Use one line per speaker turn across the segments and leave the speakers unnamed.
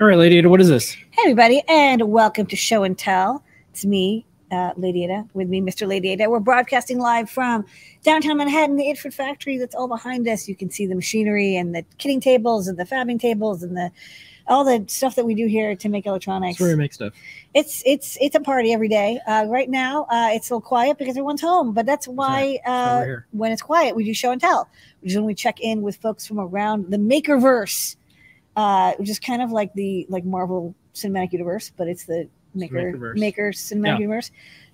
All right, Lady Ada, what is this?
Hey, everybody, and welcome to Show and Tell. It's me, uh, Lady Ada, with me, Mr. Lady Ada. We're broadcasting live from downtown Manhattan, the Itford factory that's all behind us. You can see the machinery and the kitting tables and the fabbing tables and the all the stuff that we do here to make electronics.
That's where we make stuff.
It's it's it's a party every day. Uh, right now, uh, it's a little quiet because everyone's home, but that's why
why we're
uh,
here.
when it's quiet, we do show and tell, which is when we check in with folks from around the Makerverse, uh, which is kind of like the like Marvel Cinematic Universe, but it's the Maker
Makerverse.
Maker Cinematic
Yeah.
Universe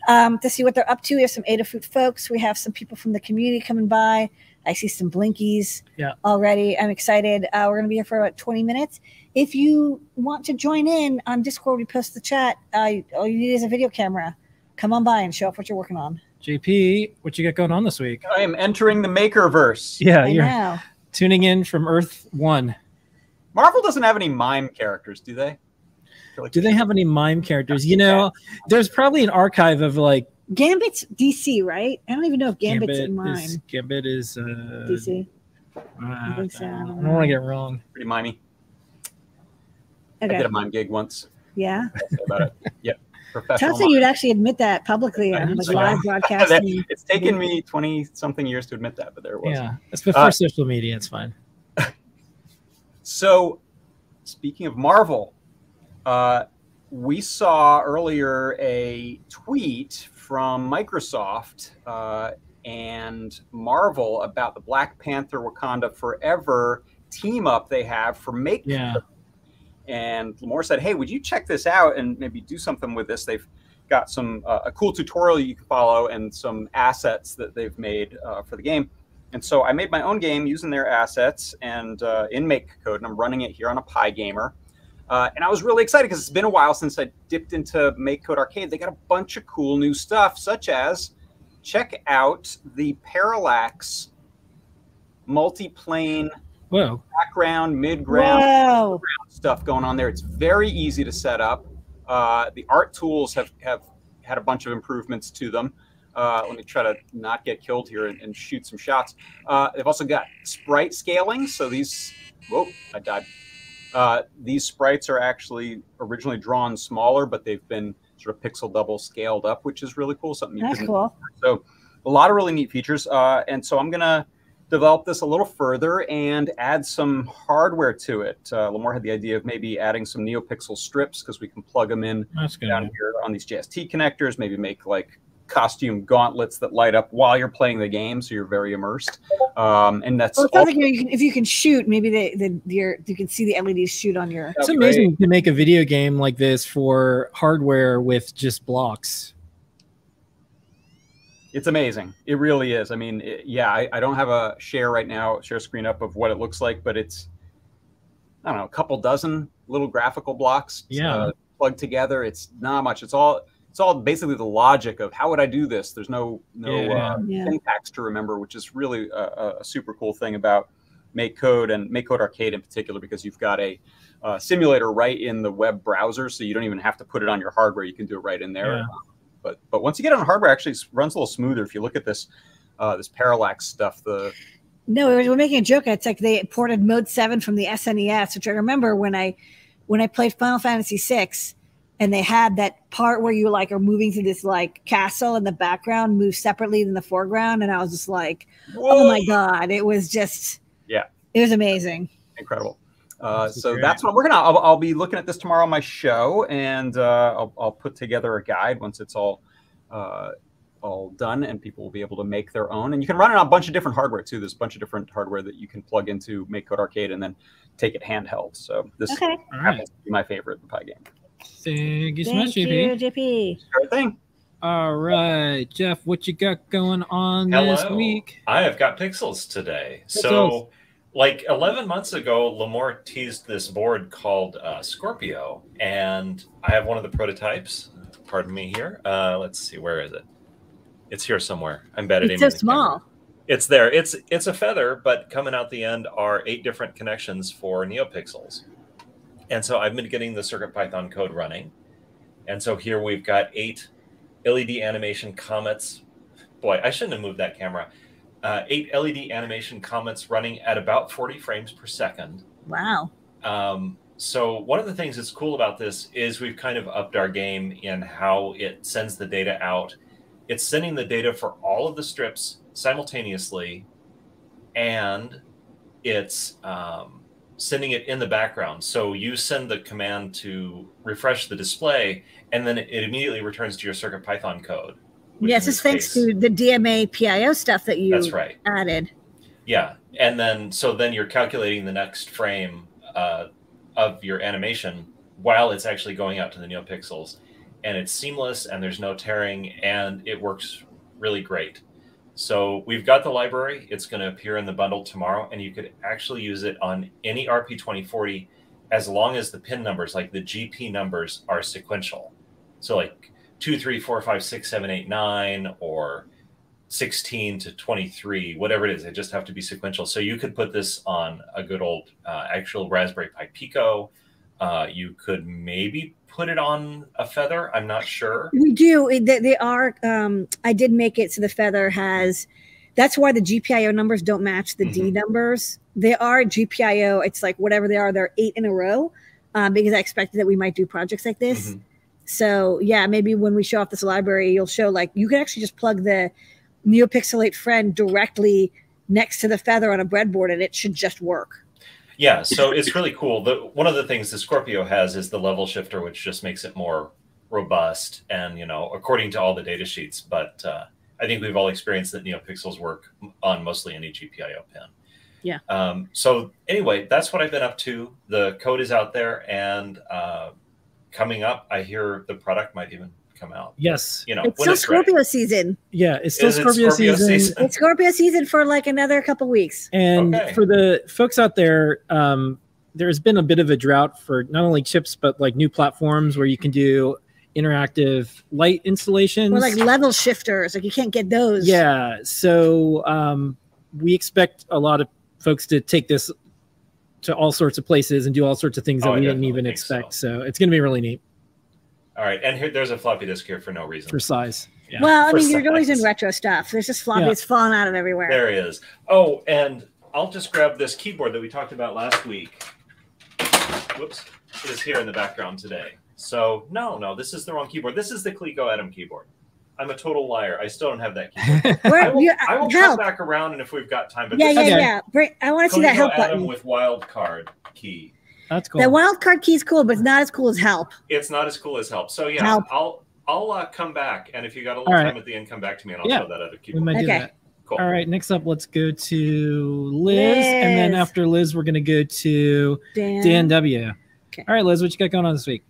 um, to see what they're up to. We have some Adafruit folks. We have some people from the community coming by. I see some blinkies
Yeah.
already. I'm excited. Uh, we're going to be here for about 20 minutes. If you want to join in on Discord, we post the chat. Uh, all you need is a video camera. Come on by and show off what you're working on.
JP, what you got going on this week?
I am entering the Makerverse.
Yeah,
I
you're
know.
tuning in from Earth One.
Marvel doesn't have any mime characters, do they? I feel like
Do they
should.
have any mime characters? You know, there's probably an archive of like
Gambit's DC, right? I don't even know if Gambit's
Gambit
in mine.
is Gambit is uh,
DC.
I
think so.
don't want to get it wrong.
pretty mimey? I
Okay.
did a mime gig once.
Yeah.
I'll say about it. Yep. Professional.
Tough that
mime.
you'd actually admit that publicly
I
on
think
like
so.
live broadcasting.
it's taken me 20 something years to admit that, but there it was.
Yeah, it's before
Uh,
social media. It's fine.
So, speaking of Marvel, uh, we saw earlier a tweet from Microsoft uh, and Marvel about the Black Panther Wakanda Forever team up they have for Make
Yeah,
and Lamore said, "Hey, would you check this out and maybe do something with this? They've got some uh, a cool tutorial you can follow and some assets that they've made uh, for the game." And so I made my own game using their assets and uh, in Make Code, and I'm running it here on a Pi Gamer. Uh, and I was really excited because it's been a while since I dipped into Make Code Arcade. They got a bunch of cool new stuff, such as check out the Parallax multi-plane
whoa,
background, mid-ground,
Whoa.
stuff going on there. It's very easy to set up. Uh, the art tools have, have had a bunch of improvements to them. Uh, let me try to not get killed here and, and shoot some shots. Uh, they've also got sprite scaling. So these, whoa, I died. Uh, these sprites are actually originally drawn smaller, but they've been sort of pixel double scaled up, which is really cool. Something you
That's
couldn't
cool.
a lot of really neat features. Uh, and so I'm going to develop this a little further and add some hardware to it. Uh, Lamar had the idea of maybe adding some NeoPixel strips because we can plug them in
that's good.
down here on these JST connectors, maybe make like costume gauntlets that light up while you're playing the game so you're very immersed. Um, and that's
Well, it
all-
sounds like you can, if you can shoot, maybe they, the your you can see the LEDs shoot on your.
It's
That'd be
amazing to make a video game like this for hardware with just blocks.
It's amazing. It really is. I mean, it- yeah, I, I don't have a share right now, share screen up of what it looks like, but it's, I don't know, a couple dozen little graphical blocks uh,
Yeah.
plugged together. It's not much. It's all, it's all basically the logic of how would I do this? There's no, no
Yeah.
uh,
Yeah.
syntax to remember, which is really a- a, a super cool thing about Make Code and Make Code Arcade in particular, because you've got a uh, simulator right in the web browser, so you don't even have to put it on your hardware. You can do it right in there.
Yeah.
But but once you get it on hardware, it actually s- runs a little smoother. If you look at this uh, this parallax stuff, the
No, we were making a joke. It's like they ported Mode Seven from the SNES, which I remember when I when I played Final Fantasy VI, and they had that part where you like are moving through this like castle, and the background moves separately than the foreground, and I was just like, oh my god, it was just
Yeah.
it was amazing.
incredible. Uh,
This is
so
great.
that's what I'm working on. I'll, I'll be looking at this tomorrow on my show, and uh, I'll, I'll put together a guide once it's all uh, all done, and people will be able to make their own. And you can run it on a bunch of different hardware too. There's a bunch of different hardware that you can plug into MakeCode Arcade and then take it handheld. So this
Okay,
All right,
happens to be my favorite the Pi game.
thank you so much,
thank you,
JP.
JP.
Sure thing.
All right, Jeff, what you got going on this
Hello.
week?
I have got pixels today.
Pixels.
So, like 11 months ago, Lamore teased this board called uh, Scorpio, and I have one of the prototypes. Pardon me here. Uh, let's see, where is it? It's here somewhere. I'm bad at
It's so
aiming the camera.
small.
It's there. It's it's a feather, but coming out the end are eight different connections for NeoPixels. And so I've been getting the CircuitPython code running. And so here we've got eight LED animation comments. Boy, I shouldn't have moved that camera. Uh, eight LED animation comments running at about 40 frames per second.
Wow.
Um, so one of the things that's cool about this is we've kind of upped our game in how it sends the data out. It's sending the data for all of the strips simultaneously, and it's um, sending it in the background. So you send the command to refresh the display, and then it immediately returns to your Circuit Python code. which
yes,
in
it's
this
thanks
case-
to the DMA PIO stuff that you
That's right.
added.
Yeah, and then so then you're calculating the next frame uh, of your animation while it's actually going out to the NeoPixels, and it's seamless and there's no tearing and it works really great. So we've got the library; it's going to appear in the bundle tomorrow, and you could actually use it on any RP2040 as long as the pin numbers, like the GP numbers, are sequential. So like two, three, four, five, six, seven, eight, nine, or 16 to 23, whatever it is. They just have to be sequential. So you could put this on a good old uh, actual Raspberry Pi Pico. Uh, you could maybe put it on a feather. I'm not sure.
We do. it- They, they are. Um, I did make it so the feather has. That's why the GPIO numbers don't match the
Mm-hmm.
D numbers. They are GPIO. It's like whatever they are. They're eight in a row, um, because I expected that we might do projects like this.
Mhm.
So yeah, maybe when we show off this library, you'll show like you can actually just plug the NeoPixelate friend directly next to the feather on a breadboard, and it should just work.
Yeah, so it's really cool. The, one of the things the Scorpio has is the level shifter, which just makes it more robust and, you know, according to all the data sheets. But uh, I think we've all experienced that NeoPixels work on mostly any GPIO pin.
Yeah.
Um, so anyway, that's what I've been up to. The code is out there, and uh, coming up, I hear the product might even come out.
Yes.
You know,
It's
when
still
it's ready.
Scorpio season.
Yeah. It's still
Is it
Scorpio, season.
It's Scorpio season for like another couple weeks.
And
Okay.
for the folks out there, um, there's been a bit of a drought for not only chips, but like new platforms where you can do interactive light installations.
We're like level shifters. Like you can't get those.
Yeah. So um, we expect a lot of folks to take this to all sorts of places and do all sorts of things
Oh,
that
I
we didn't
definitely
even
think
expect. So. it's going to be really neat
All right, and here there's a floppy disk here for no reason.
for size. Yeah.
Well, I
For
mean, you're always in
size.
retro stuff. There's just floppy.
Yeah.
It's falling out of everywhere.
There he is. Oh, and I'll just grab this keyboard that we talked about last week. Whoops. It is here in the background today. So, no, no, this is the wrong keyboard. This is the Clico Adam keyboard. I'm a total liar. I still don't have that keyboard. I
Where,
will,
you,
I will come
help.
back around and if we've got time. But
Yeah,
this
yeah,
is
Okay.
yeah. Bring, I want to see that
Coleco
help
Adam
button.
with wild card key.
That's cool.
That wild card key is cool, but it's not as cool as help.
It's not as cool as help. So, yeah,
Help.
I'll I'll uh, come back. And if you got
All
a little
right.
time at the end, come back to me and I'll
Yeah.
show that other
we
keyboard.
might do
Okay.
that.
cool.
All right, next up, let's go to Liz, and then
Liz.
after Liz, we're going to go to Dan W.
Okay.
All right, Liz, what you got going on this week?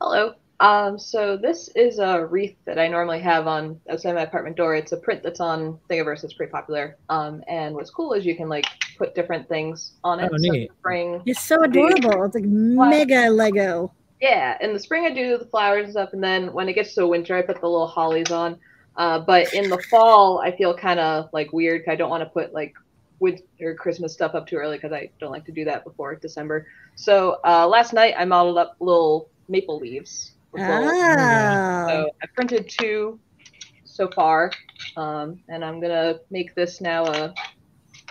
Hello. Um, so this is a wreath that I normally have on outside my apartment door. It's a print that's on Thingiverse. It's pretty popular. Um, and what's cool is you can like put different things on it.
Oh,
So in the
neat.
spring,
It's so adorable. It's like mega Lego.
yeah. In the spring, I do the flowers and stuff, and then when it gets to winter, I put the little hollies on. Uh, but in the fall, I feel kind of like weird. 'cause I don't want to put like winter Christmas stuff up too early because I don't like to do that before December. So uh, last night, I modeled up little maple leaves. with little-
Oh,
So I printed two so far, um, and I'm gonna make this now a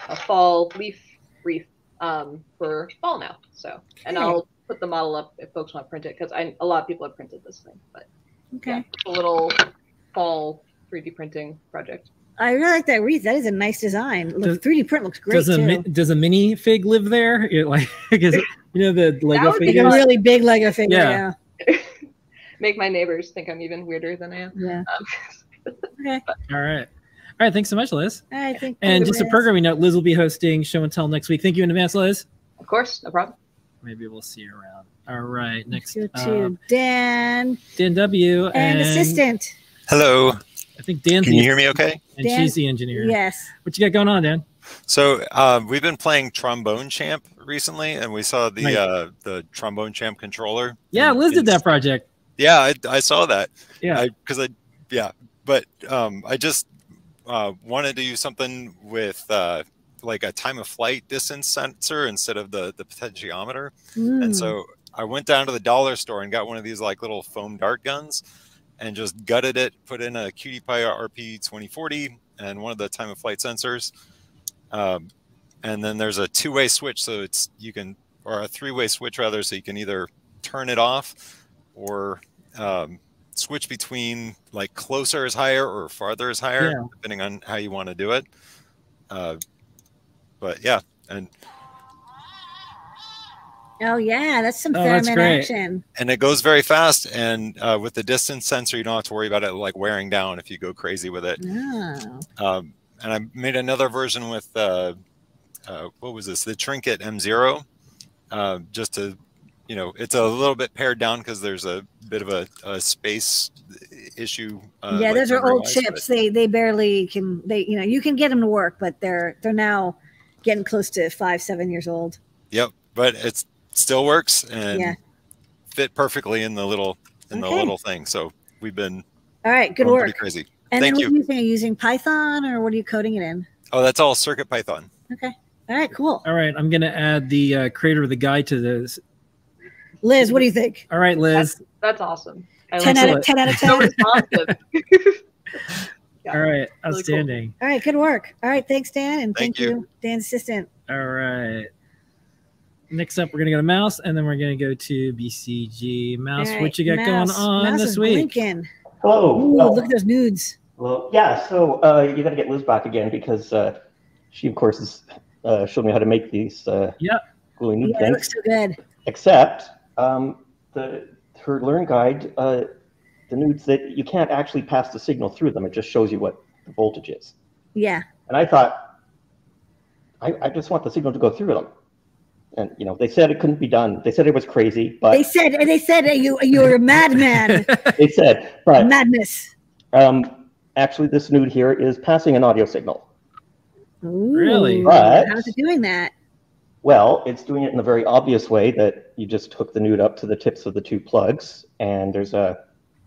a fall leaf wreath um, for fall now. So, and
Okay.
I'll put the model up if folks want to print it because I a lot of people have printed this thing, but yeah,
okay.
it's a little fall 3D printing project.
I really like that wreath. That is a nice design.
Does-
Look, 3D print looks great
Does a
too.
mi- does a mini fig live there? It, like, 'cause, you know the Lego
would be
like a
figures.
fun.
really big Lego figure.
Yeah.
Yeah.
Make my neighbors think I'm even weirder than I am.
Yeah.
Um,
Okay.
All right, all right. Thanks so much, Liz.
I think.
And just a
Liz.
programming note: Liz will be hosting show and tell next week. Thank you in advance, Liz.
of course, no problem.
Maybe we'll see you around. All right,
Let's
next
go to
um,
Dan
Dan W.
and assistant.
Hello.
I think Dan's
Can you
the-
hear me okay?
and
Dan-
she's the engineer.
Yes.
What you got going on, Dan?
So uh, we've been playing Trombone Champ recently, and we saw the
Nice.
uh, the Trombone Champ controller.
Yeah,
And
Liz did
it's-
that project.
Yeah, I, I saw that.
Yeah.
because I, yeah, but um, I just uh, wanted to use something with uh, like a time of flight distance sensor instead of the the potentiometer.
Mm.
And so I went down to the dollar store and got one of these like little foam dart guns and just gutted it, put in a Cutie Pie RP 2040 and one of the time of flight sensors. Um, and then there's a two way switch. So it's, you can or a three-way switch rather, so you can either turn it off or um, switch between like closer is higher or farther is higher,
Yeah.
depending on how you want to do it. Uh, but yeah, and
Oh yeah, that's some
Oh,
theremin
that's great.
action.
and it goes very fast. And uh, with the distance sensor, you don't have to worry about it like wearing down if you go crazy with it.
Oh.
Um, and I made another version with uh, uh, what was this? The Trinket M0, uh, just to you know, it's a little bit pared down because there's a bit of a, a space issue. Uh,
Oh. yeah,
like
those are old
memory-wise, but-
chips. They they barely can they you know you can get them to work, but they're they're now getting close to five seven years old.
Yep, but it still works and
Yeah.
fit perfectly in the little in
Okay.
the little thing. So we've been
All right, good
going
work.
Oh, pretty crazy.
And then
Thank
what
you.
are you thinking? Using Python or what are you coding it in?
Oh, that's all Circuit Python.
All right, cool.
All right, I'm gonna add the uh, creator of the guide to this.
Liz, what do you think?
All right, Liz.
That's awesome. I
Ten
like
out
it.
of ten out of ten.
So
All
responsive. Yeah.
All right,
cool.
outstanding.
right, good work. All right, thanks Dan, and
Thank
thank, you. Dan's assistant.
All right. Next up, we're gonna go to Mouse, and then we're gonna go to BCG. Mouse,
All right,
what you got going
Mouse.
on
Mouse
this
is
week?
blinking.
Hello.
Ooh,
Oh,
look at those nudes.
hello. Yeah, so uh, you got to get Liz back again because uh, she, of course, is, uh, showed me how to make these uh,
Yep.
gluey
Yeah,
nude
it
things.
looks so good.
Except um, the her learn guide, uh, the nudes that you can't actually pass the signal through them. It just shows you what the voltage is.
Yeah,
And I thought, I, I just want the signal to go through them. And you know, they said it couldn't be done. They said it was crazy, but
they said they said uh, you you're a madman,
they said, but
madness.
um, actually, this nude here is passing an audio signal.
Ooh,
Really?
But-
How's it doing that?
Well, it's doing it in the very obvious way that you just hook the nude up to the tips of the two plugs, and there's a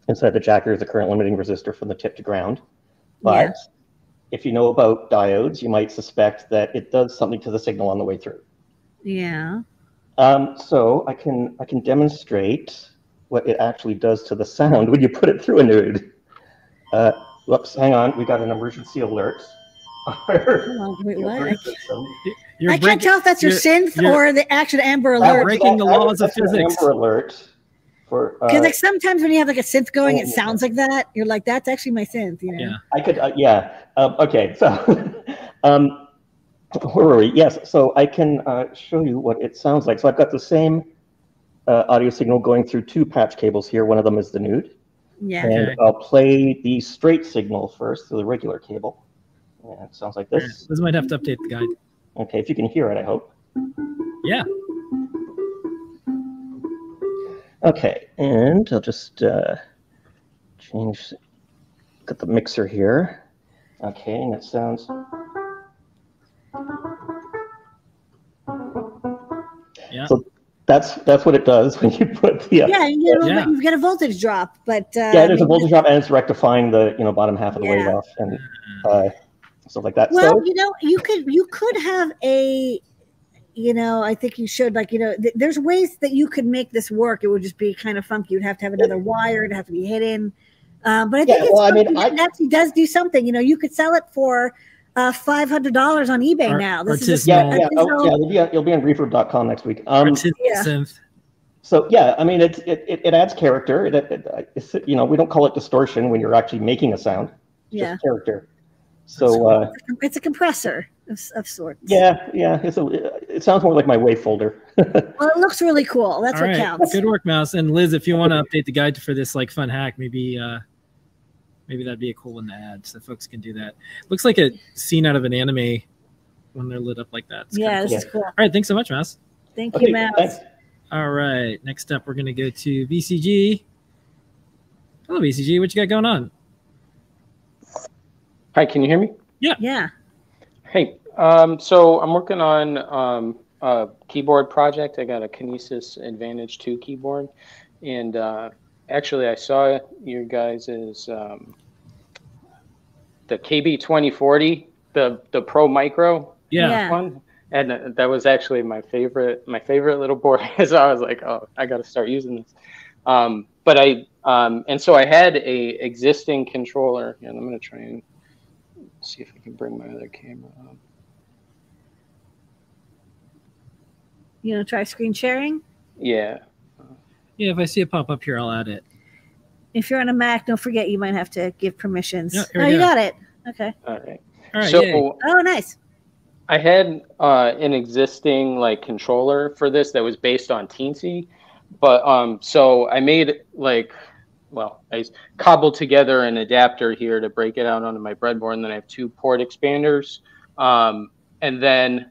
inside the jack there's a current limiting resistor from the tip to ground. But
Yeah.
if you know about diodes, you might suspect that it does something to the signal on the way through.
Yeah.
Um, so I can I can demonstrate what it actually does to the sound when you put it through a nude. Uh, whoops, hang on, we got an emergency alert.
Hold on, wait, what? I,
You're
I can't
breaking-
tell if that's your
you're-
synth
you're-
or the actual Amber
That
Alert.
break- breaking the
I would-
laws of
that's an
physics.
Amber alert for uh,
Because like sometimes when you have like a synth going, it
Oh.
sounds like that. You're like, that's actually my synth. You know?
Yeah.
I could, uh, yeah. Um, okay, so um, where were we? Yes, so I can uh, show you what it sounds like. So I've got the same uh, audio signal going through two patch cables here. One of them is the nude,
Yeah.
Okay.
and I'll play the straight signal first through the regular cable. Yeah, it sounds like
All right,
this.
Liz might have to update the guide.
Okay, if you can hear it, I hope.
Yeah.
Okay, and I'll just uh, change. Got the mixer here. Okay, and it sounds.
Yeah.
So that's that's what it does when you put the. uh,
Yeah, you get a little
Yeah.
bit, you've got a voltage drop, but uh,
yeah, there's a
maybe-
voltage drop, and it's rectifying the you know bottom half of the wave
Yeah.
off and uh, stuff like that.
Well,
so
you know, you could you could have a, you know, I think you should like you know, th- there's ways that you could make this work. It would just be kind of funky. You'd have to have another wire. It'd have to be hidden. Um, but I think
Yeah,
it's
well, I mean,
something that actually does do something. You know, you could sell it for uh, five hundred dollars on eBay
Ar-
now. This is
artisanal.
a,
yeah,
no.
yeah, oh,
artisanal-
yeah, you'll be on, you'll be on reverb.com next week. Um,
Artisan
yeah.
synth.
So yeah, I mean, it's, it, it, it adds character. It, it, it's, you know, we don't call it distortion when you're actually making a sound. It's
yeah.
just character. So uh,
It's a compressor of, s- of sorts.
yeah, yeah, it's a, it sounds more like my wave folder.
Well, it looks really cool. That's
All
what
right,
counts.
Good work, Mouse. And Liz, if you want to update the guide for this like fun hack, maybe uh maybe that'd be a cool one to add so folks can do that. Looks like a scene out of an anime when they're lit up like that. It's kinda
Yeah, this
cool.
is cool.
All right, thanks so much, Mouse.
Thank
Okay,
you, Mouse.
thanks.
All right. Next up we're gonna go to VCG. Hello VCG, what you got going on?
Hi, can you hear me?
Yeah.
Hey, um, so I'm working on um, a keyboard project. I got a Kinesis Advantage 2 keyboard. And uh, actually, I saw your guys' um, the KB2040, the, the Pro Micro
Yeah.
one. And uh, that was actually my favorite, my favorite little board. so I was like, oh, I got to start using this. Um, but I, um, and so I had a existing controller, and I'm going to try and see if I can bring my other camera up.
You know, try screen sharing.
Yeah.
Yeah, if I see it pop up here, I'll add it.
If you're on a Mac, don't forget you might have to give permissions.
Yeah, here
oh,
we
you
go.
got it. Okay.
All right.
All right.
so
yay.
Oh, nice.
I had uh, an existing like controller for this that was based on Teensy, but um, so I made like, well, I s- cobbled together an adapter here to break it out onto my breadboard, and then I have two port expanders, um, and then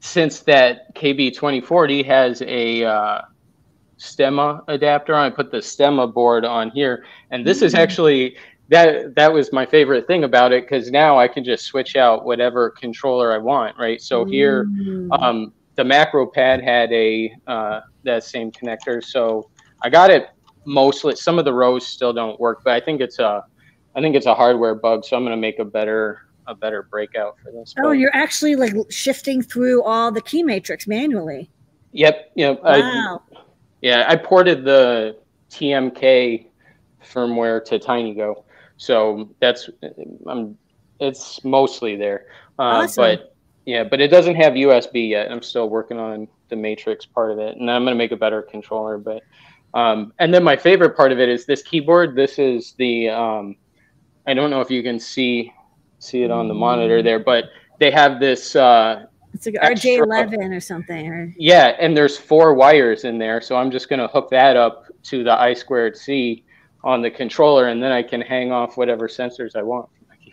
since that KB twenty forty has a uh, Stemma adapter, on, I put the Stemma board on here, and this is actually that that was my favorite thing about it because now I can just switch out whatever controller I want, right? So here,
Mm.
um, the macro pad had a uh, that same connector, so I got it mostly. Some of the rows still don't work, but I think it's a I think it's a hardware bug, so I'm gonna make a better a better breakout for this.
Oh,
but-
you're actually like shifting through all the key matrix manually.
yep, yep. I,
Wow.
Yeah, I ported the TMK firmware to TinyGo, so that's I'm it's mostly there. Uh,
Awesome.
But yeah, but it doesn't have USB yet. I'm still working on the matrix part of it, and I'm gonna make a better controller. But um, and then my favorite part of it is this keyboard. This is the um, I don't know if you can see see it on the monitor there, but they have this. Uh,
it's like
extra-
RJ11 or something. Or,
yeah, and there's four wires in there, so I'm just gonna hook that up to the I squared C on the controller, and then I can hang off whatever sensors I want.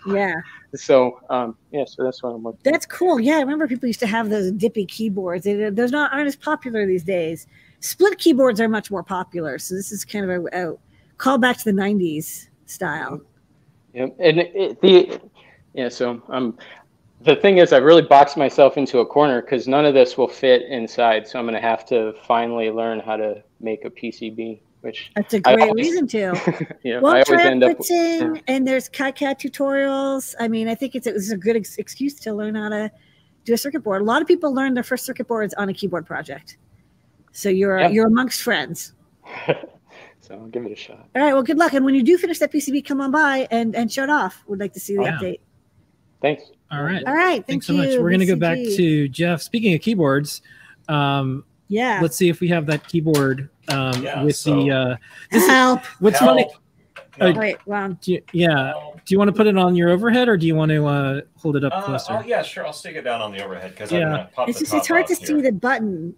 yeah.
So, um, yeah, so that's what I'm looking.
That's cool. Yeah, I remember people used to have those dippy keyboards. They, those not aren't as popular these days. Split keyboards are much more popular. So this is kind of a, a callback to the '90s style.
Yep, and it, it- the yeah, so um, the thing is, I've really boxed myself into a corner because none of this will fit inside. So I'm gonna have to finally learn how to make a PCB, which
That's a
I
great
always-
reason to.
you know,
Well,
I always
try
end up.
outputting, and there's CAD/CAD tutorials. I mean, I think it's, it's a good ex- excuse to learn how to do a circuit board. A lot of people learn their first circuit boards on a keyboard project. So you're
Yeah.
you're amongst friends.
so I'll give it a shot.
All right. Well, good luck. And when you do finish that PCB, come on by and and show it off. We'd like to see the
Yeah.
update.
Thanks.
All right.
All right. Thank
Thanks so
you,
much. We're going to go
BCG.
back to Jeff. Speaking of keyboards, um,
yeah.
let's see if we have that keyboard um,
Yeah,
with
so-
the. Uh, this is-
Help.
what's
Help.
funny?
No,
Uh,
Wait, wrong.
Do you, yeah.
no.
Do you want to put it on your overhead or do you want to uh, hold it up
Uh,
closer?
oh yeah, sure. I'll stick it down on the overhead because
Yeah.
I'm gonna pop
It's
the
just it's
top
hard
off
to
here.
see the button.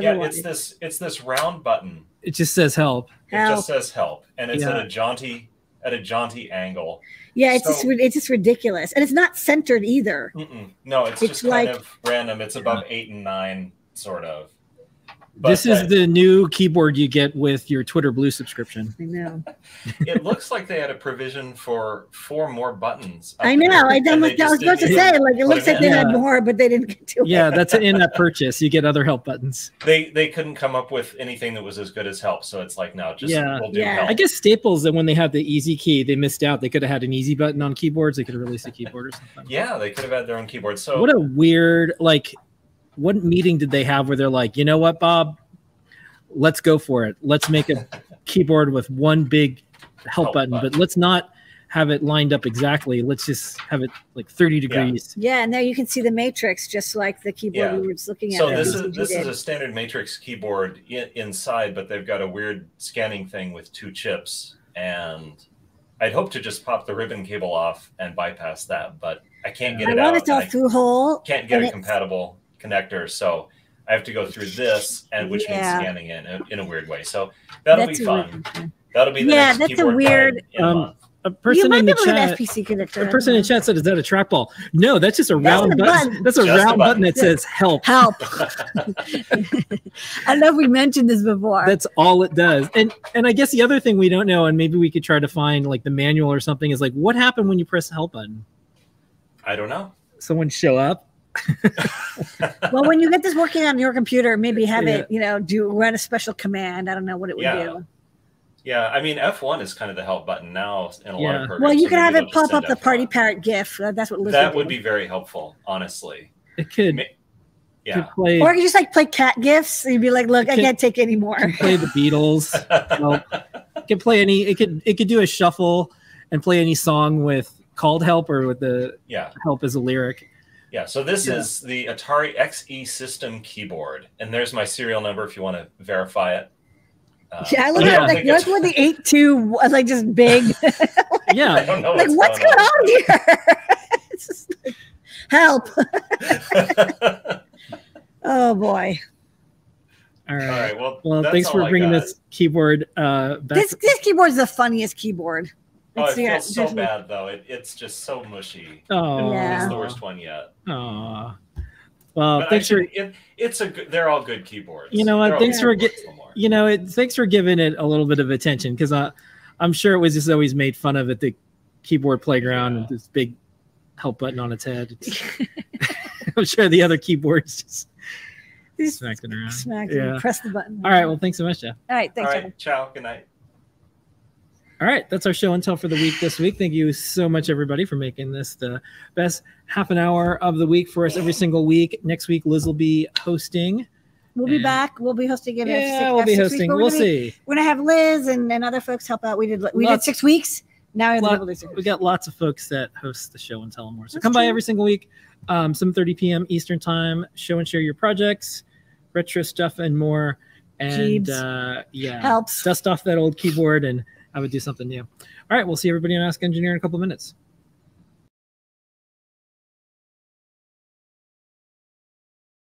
Yeah,
Otherwise.
it's this it's this round button.
It just says help.
It
Help.
just says help, and it's at
Yeah.
a jaunty at a jaunty angle.
yeah, it's just
so-
rid- it's just ridiculous, and it's not centered either.
Mm-mm. No, it's,
It's
just
like-
kind of random. It's above eight and nine, sort of. uh,
this is
that-
the new keyboard you get with your Twitter Blue subscription.
I know.
it looks like they had a provision for four more buttons. up
I
here,
know. I
and
that
they
was, that
just
was about to
didn't
say.
even
Like it
put
looks
them
like they
in.
had
Yeah.
more, but they didn't get to it.
Yeah, that's an in-app purchase. You get other help buttons.
they they couldn't come up with anything that was as good as help. So it's like no, just
Yeah.
we'll do
Yeah.
help.
I guess Staples, that when they had the easy key, they missed out. They could have had an easy button on keyboards. They could have released a keyboard or something.
yeah, they could have had their own keyboard. So
What a weird, like, what meeting did they have where they're like, you know what, Bob? Let's go for it. Let's make a keyboard with one big help,
Help
button,
button.
but let's not have it lined up exactly. Let's just have it like 30
Yeah.
degrees.
Yeah, now you can see the matrix just like the keyboard
Yeah.
we were just looking at.
so
that
this
BCG
is this
did.
is a standard matrix keyboard in, inside, but they've got a weird scanning thing with two chips. And I'd hope to just pop the ribbon cable off and bypass that, but I can't get
I
it
want
out.
it all
and I
through hole.
can't get
and
a
it's-
compatible connector, so I have to go through this, and which
Yeah.
means scanning in in a weird way. So that'll
That's
be
a
fun.
weird one.
That'll be the
Yeah,
next
that's a
keyboard
weird-
line in a
Um,
month.
A
You
person
might
in the
be able to get an
chat.
SPC connector.
A person in chat said, "Is that a trackball?" No, that's just a round
a
button.
button.
That's a
Just a
round button
button.
that says "help."
Help. I love we mentioned this before.
That's all it does. And and I guess the other thing we don't know, and maybe we could try to find like the manual or something, is like what happened when you press the help button?
I don't know.
Someone show up?
well, when you get this working on your computer, maybe have
Yeah.
it, you know, do run a special command. I don't know what it would
Yeah.
do.
Yeah, I mean F1 is kind of the help button now in a lot
Yeah.
of programs.
Well, you
so
can
maybe
have
they'll
it
just
pop
send
up the
F1.
party parrot GIF. Uh, That's what Liz
That
do.
would be very helpful, honestly.
It could,
Ma-
could
Yeah.
play
Or you could just like play cat gifs. You'd be like, look, I
Can-
can't take any more.
could play the Beatles. Help. It could play any. It could it could do a shuffle and play any song with called help or with the
yeah.
help as a lyric.
Yeah, so this
Yeah.
is the Atari XE system keyboard, and there's my serial number if you want to verify it. Uh,
Yeah, I
but
look
don't
at it like
think
what's
it's-
with the eight two uh, like just big
I
Yeah.
don't know
like what's,
what's,
going on here? It's just like, help!
on.
Oh boy,
All right.
All right, well,
Well,
that's
thanks
all
for
I
bringing
got.
this keyboard uh, back.
this this keyboard is the funniest keyboard.
Oh,
It's-
it
yeah,
feels so
there's-
bad though. It, it's just so mushy.
oh,
Yeah.
It's the worst one yet.
Aw. Well,
but
Oh, thanks
I
for
should- it, it's a good, they're all good keyboards.
You know what?
They're all
Thanks
good
for
keyboards, Lamar.
you know it. Thanks for giving it a little bit of attention because I, I'm sure it was just always made fun of at the keyboard playground with this big help button on its head. It's- I'm sure the other keyboards just
This
smacking around.
smack
Yeah.
press the button.
All right. Well, thanks so much, Jeff.
all right,
All
thanks. Jeff.
right, ciao. Good night.
All right, that's our show and tell for the week this week. Thank you so much, everybody, for making this the best half an hour of the week for us every single week. Next week, Liz will be hosting.
We'll be
Yeah.
back. We'll be hosting again. after six-
Yeah, we'll
after
be
six weeks,
hosting.
but we're
We'll
gonna be-
see.
We're gonna have Liz and, and other folks help out. We did we
Lots-
did six weeks. Now we're
Lot-
gonna do six.
we
weeks.
got lots of folks that host the show and tell more. So
That's
come by
true.
every single week, um, 7.30 p.m. Eastern time. Show and share your projects, retro stuff, and more. And
Jeebs.
uh, yeah,
Helps.
dust off that old keyboard, and I would do something new. All right, we'll see everybody on Ask Engineer in a couple minutes.